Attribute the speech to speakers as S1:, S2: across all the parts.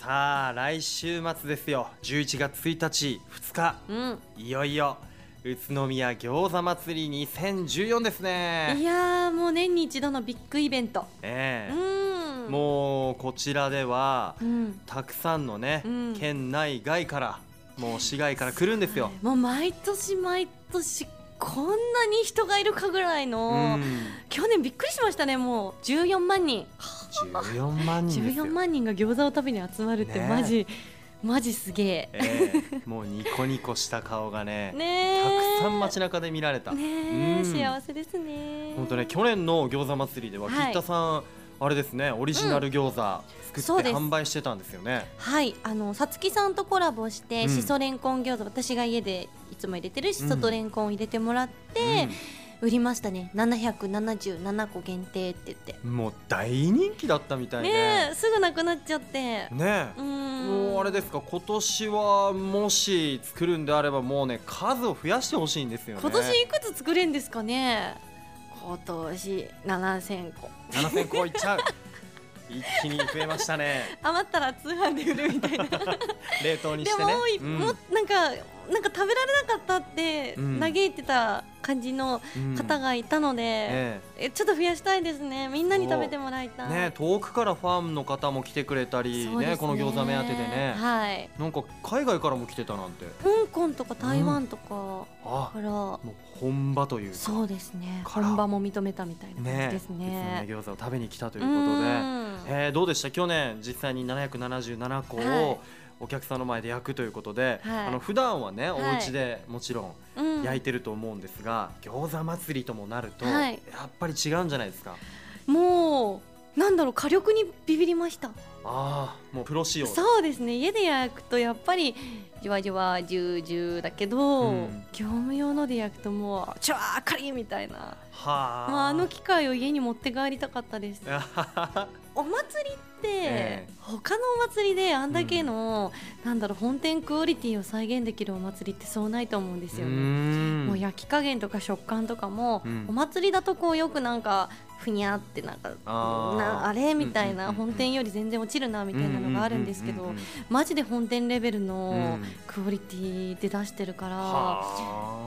S1: さあ来週末ですよ11月1日2日
S2: うん
S1: いよいよ宇都宮餃子祭り2014です
S2: い
S1: ね
S2: やーもう年に一度のビッグイベントう
S1: ええ
S2: んう、
S1: もうこちらでは
S2: うん、
S1: たくさんのね、
S2: うん
S1: 県内外からもう市外から来るんですよ、
S2: もう毎年毎年こんなに人がいるかぐらいの、
S1: うん
S2: 去年びっくりしましたねもう14万人
S1: 14万人ですよ
S2: 14万人が餃子を食べに集まるって
S1: ねえ
S2: マジ、マジすげえ
S1: ええもうニコニコした顔がね
S2: ねえ
S1: たくさん街中で見られた、
S2: ね
S1: う
S2: え
S1: ん
S2: 幸せですね
S1: 本当ね去年の餃子祭りでは
S2: はい
S1: 吉田さん、あれですねオリジナル餃子
S2: そ
S1: 作
S2: う
S1: っ
S2: で
S1: て
S2: す
S1: 販売してたんですよね、
S2: はいあのさつきさんとコラボして、
S1: うん
S2: しそレンコン餃子私が家でいつも入れてるしそとレンコンを入れてもらって、売りましたね777個限定って言って
S1: うんもう大人気だったみたい
S2: ね
S1: ね
S2: えすぐなくなっちゃって
S1: ねね
S2: う
S1: も
S2: ん
S1: うあれですか今年はもし作るんであればもうね数を増やしてほしいんですよね
S2: 今年いくつ作れんですかね今年7000個
S1: 7000個いっちゃ う一気に増えましたね
S2: 余ったら通販で売る みたいなで
S1: 冷凍にしてね
S2: も、い
S1: うん
S2: もなんかなんか食べられなかったって
S1: うん
S2: 嘆いてた感じの
S1: うん
S2: 方がいたので、
S1: え
S2: えちょっと増やしたいですねみんなに食べてもらい
S1: え
S2: たい
S1: ね遠くからファームの方も来てくれたり
S2: そう
S1: ね
S2: です
S1: この餃子目当てでね、
S2: はい
S1: なんか海外からも来てたなんて
S2: 香港とか台湾とか
S1: あ
S2: から、
S1: もう本場というか
S2: そうですね
S1: から
S2: 本場も認めたみたいな感じですね
S1: 宇都宮餃子を食べに来たと
S2: と
S1: いうことで、えー、どうでした去年実際に777個
S2: は
S1: を
S2: い
S1: お客さんの前で焼くということで、
S2: はい
S1: あの普段はねお
S2: はい
S1: 家でもちろん
S2: うん
S1: 焼いてると思うんですが、餃子祭りともなると、
S2: はい
S1: やっぱり違うんじゃないですか
S2: もうなんだろう火力にビビりました
S1: ああもうプロ仕様
S2: そうですね家で焼くとやっぱりじわじわジュージューだけど、
S1: うん
S2: 業務用ので焼くともうチュワーカリーみたいな
S1: は
S2: まあ、あ の機械を家に持って帰りたかったです
S1: あ
S2: お祭りって、
S1: ええ
S2: 他のお祭りであんだけの、なんだろう本店クオリティを再現できるお祭りってそうないと思うんですよね。も
S1: も
S2: う焼き加減とか食感とかも、
S1: うん
S2: お祭りだとこうよくなんかふにゃってなんか
S1: あー
S2: なあれみた
S1: う
S2: いな、
S1: んうんうんうん
S2: 本店より全然落ちるなみたいなのがあるんですけど、マジで本店レベルの
S1: うん
S2: クオリティで出してるから、
S1: はあ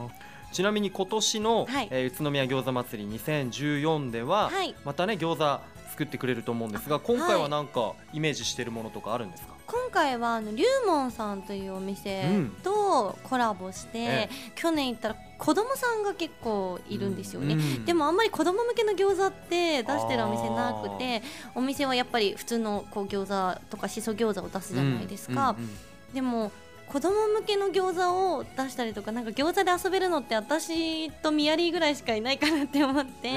S1: ちなみに今年の、
S2: はい
S1: えー宇都宮餃子祭り2014では、
S2: はい
S1: またね餃子作ってくれると思うんですが今回はなんかイメージしてるものとかあるんですか、
S2: 今回はあの龍門さんというお店とコラボして、
S1: ええ
S2: 去年行ったら子供さんが結構いるんですよね、
S1: うん
S2: でもあんまり子供向けの餃子って出してるお店なくてお店はやっぱり普通のこう餃子とかしそ餃子を出すじゃないですか、
S1: うんうんうん
S2: でも子供向けの餃子を出したりとかなんか餃子で遊べるのって私とミヤリーぐらいしかいないかなって思って、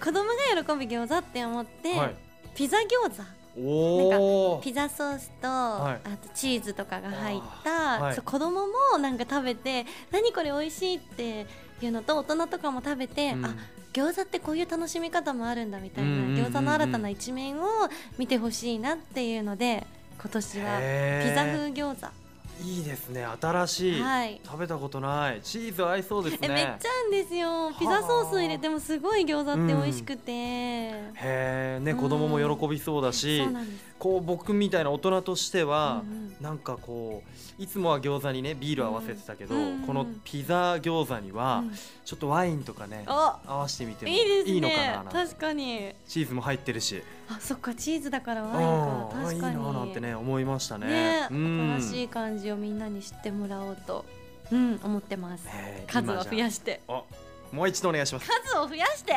S2: 子供が喜ぶ餃子って思って、
S1: うんはい
S2: ピザ餃子
S1: おー
S2: ピザソースと、
S1: はい
S2: あとチーズとかが入っ
S1: あー
S2: た、
S1: はい
S2: そう子供もなんか食べて何これ美味しいっていうのと大人とかも食べて、
S1: うん
S2: あ餃子ってこういう楽しみ方もあるんだみたいな、
S1: うんうんうんうん
S2: 餃子の新たな一面を見てほしいなっていうので今年は
S1: へー
S2: ピザ風餃子、
S1: いいですね新しい、
S2: はい
S1: 食べたことないチーズ合いそうですね
S2: えめっちゃ合うんですよピザソースを入れてもすごい餃子って美味しくて、
S1: へえね
S2: うん
S1: 子供も喜びそうだし、
S2: そうなんです
S1: こう僕みたいな大人としては、
S2: うんうん
S1: なんかこういつもは餃子にねビール合わせてたけど、
S2: うん
S1: このピザ餃子には、
S2: うん
S1: ちょっとワインとかね合
S2: あ
S1: わせてみても
S2: いいですね
S1: いいのかななんて
S2: 確かに
S1: チーズも入ってるし
S2: あそっかチーズだからワインか
S1: うん
S2: 確かに
S1: いいななんてね思いましたね
S2: ね
S1: うん
S2: 新しい感じをみんなに知ってもらおうと、うん、思ってます
S1: ねえ
S2: 数を増や
S1: し
S2: して
S1: あもう一度お願いします
S2: 数を増やして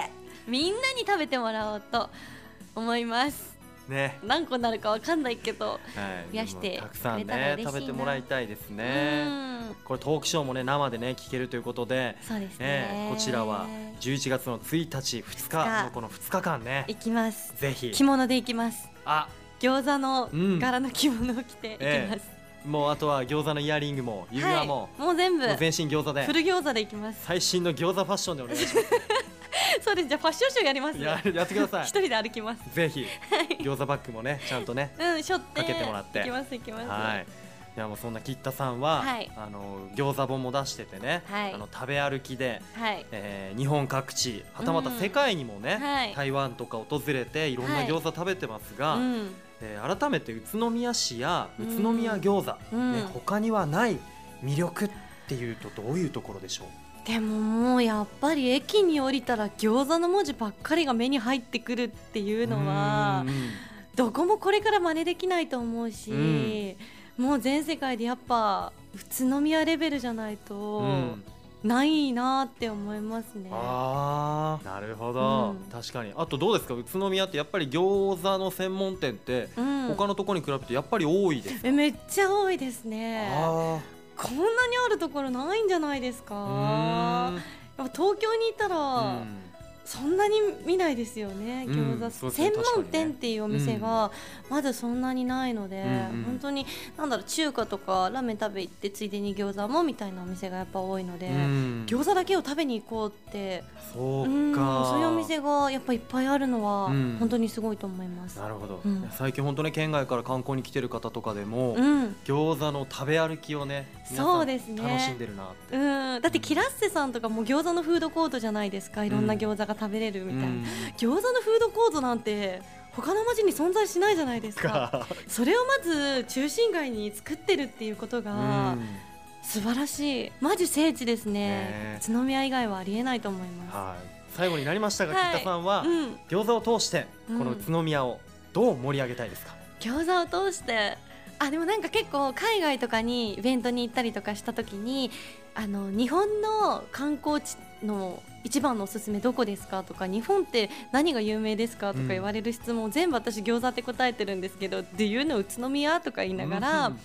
S2: みんなに食べてもらおうと思います
S1: ね、
S2: 何個になるかわかんないけど、
S1: はい、
S2: 増やして
S1: でもたくさん
S2: くれたら
S1: ね
S2: 嬉しいな
S1: 食べてもらいたいですね
S2: うん
S1: これトークショーもね生でね聞けるということで
S2: そうですね
S1: ねこちらは11月の1日2日のこの2日間ね
S2: いきます
S1: ぜひ
S2: 着物でいきます
S1: あ
S2: 餃子の
S1: うん
S2: 柄の着物を着ていきます、
S1: もうあとは餃子のイヤリングも指輪も,、
S2: はい、もう全部
S1: もう全身餃子で
S2: フル餃子でいき ます
S1: 最新の餃子ファッションでお願いしま
S2: そうですじゃあファッションショーやります
S1: すややってくださ い
S2: 一人で歩きます
S1: ぜひ餃子バッグもねちゃんとね
S2: うん、しょって。
S1: かけてもらって
S2: いきます、いきます。
S1: はいいやもうそんな吉田さんは、
S2: はい
S1: あの餃子本も出しててね、
S2: はい
S1: あの食べ歩きで、
S2: はい。
S1: えー日本各地はたまた世界にもね、
S2: はい
S1: 台湾とか訪れていろんな
S2: はい
S1: 餃子食べてますが、
S2: うん。
S1: えー改めて宇都宮市や宇都宮餃子、
S2: うん
S1: ね
S2: うん
S1: 他にはない魅力っていうとどういうところでしょう
S2: でももうやっぱり駅に降りたら餃子の文字ばっかりが目に入ってくるっていうのはどこもこれから真似できないと思うし、もう全世界でやっぱ宇都宮レベルじゃない
S1: うん
S2: と
S1: うん
S2: ないなって思いますね。
S1: あーなるほど、
S2: うん
S1: 確かにあとどうですか宇都宮ってやっぱり餃子の専門店って
S2: うん、
S1: 他のところに比べてやっぱり多いです、
S2: えめっちゃ多いですね
S1: あ
S2: こんなにあるところないんじゃないです
S1: あ
S2: かやっぱ東京にいたらそんなに見ないですよね、
S1: うん
S2: 餃
S1: そうで
S2: 子
S1: すね
S2: 専門
S1: 確かに
S2: 店
S1: ね
S2: っていうお店がまだそんなにないので、
S1: うんうん
S2: 本当になんだろう中華とかラーメン食べ行ってついでに餃子もみたいなお店がやっぱ多いので、餃子だけを食べに行こうって
S1: そうか、
S2: んそういうお店がやっぱいっぱいあるのは
S1: うん
S2: 本当にすごいと思います。
S1: なるほど、
S2: うん
S1: 最近本当に県外から観光に来てる方とかでも、
S2: うん
S1: 餃子の食べ歩きをね皆さん
S2: そうですね
S1: 楽しんでるなって
S2: うん、だってキラッセさんとかも餃子のフードコートじゃないですかいろんな餃子が食べれるみたいな、
S1: うん
S2: 餃子のフードコートなんて他の町に存在しないじゃないですか
S1: か
S2: それをまず中心街に作ってるっていうことが
S1: うん
S2: 素晴らしいマジ聖地です
S1: ね
S2: ね宇都宮以外はありえないと思います
S1: はい最後になりましたが、
S2: はい
S1: 北さんは、
S2: うん、
S1: 餃子を通してこ
S2: うん
S1: の宇都宮をどう盛り上げたいですか、
S2: 餃子を通してあでもなんか結構海外とかにイベントに行ったりとかした時にあの日本の観光地の一番のおすすめどこですかとか日本って何が有名ですかと
S1: うん
S2: か言われる質問、全部私餃子って答えてるんですけど「Do you know 宇都宮?」とか言いながら、
S1: うん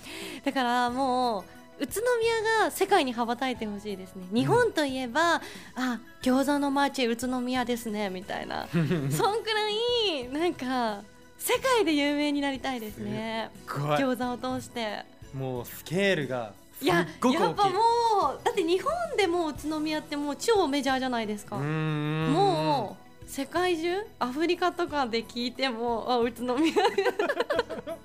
S2: だからもう宇都宮が世界に羽ばたいてほしいですね日本といえば、あ餃子の街宇都宮ですねみた いなそんくらいなんか世界で有名になりたいです ね
S1: 怖い
S2: 餃子を通して
S1: もうスケールがす
S2: い
S1: っ
S2: ややっぱ
S1: ご
S2: も
S1: く大きいう
S2: だって日本でもう宇都宮ってもう超メジャーじゃないですか、
S1: うん
S2: もう世界中アフリカとかで聞いてもあ宇都 宮ぐら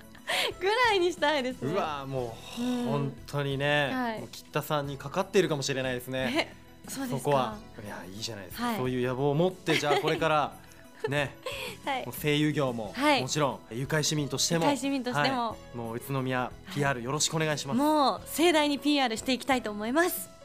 S2: いにしたいですね
S1: うわーもう、
S2: うん
S1: 本当にね、
S2: はい
S1: もう北さんにかかっているかもしれないですね
S2: えそうです
S1: そ
S2: か
S1: こはいやいいじゃないですか、
S2: はい
S1: そういう野望を持ってじゃあこれから ね
S2: はい
S1: もう声優業も、
S2: はい
S1: もちろん誘拐市民としても
S2: 世界市民としても、
S1: はいもう宇都宮 PR よろしくお願いします、
S2: もう盛大に PR していきたいと思います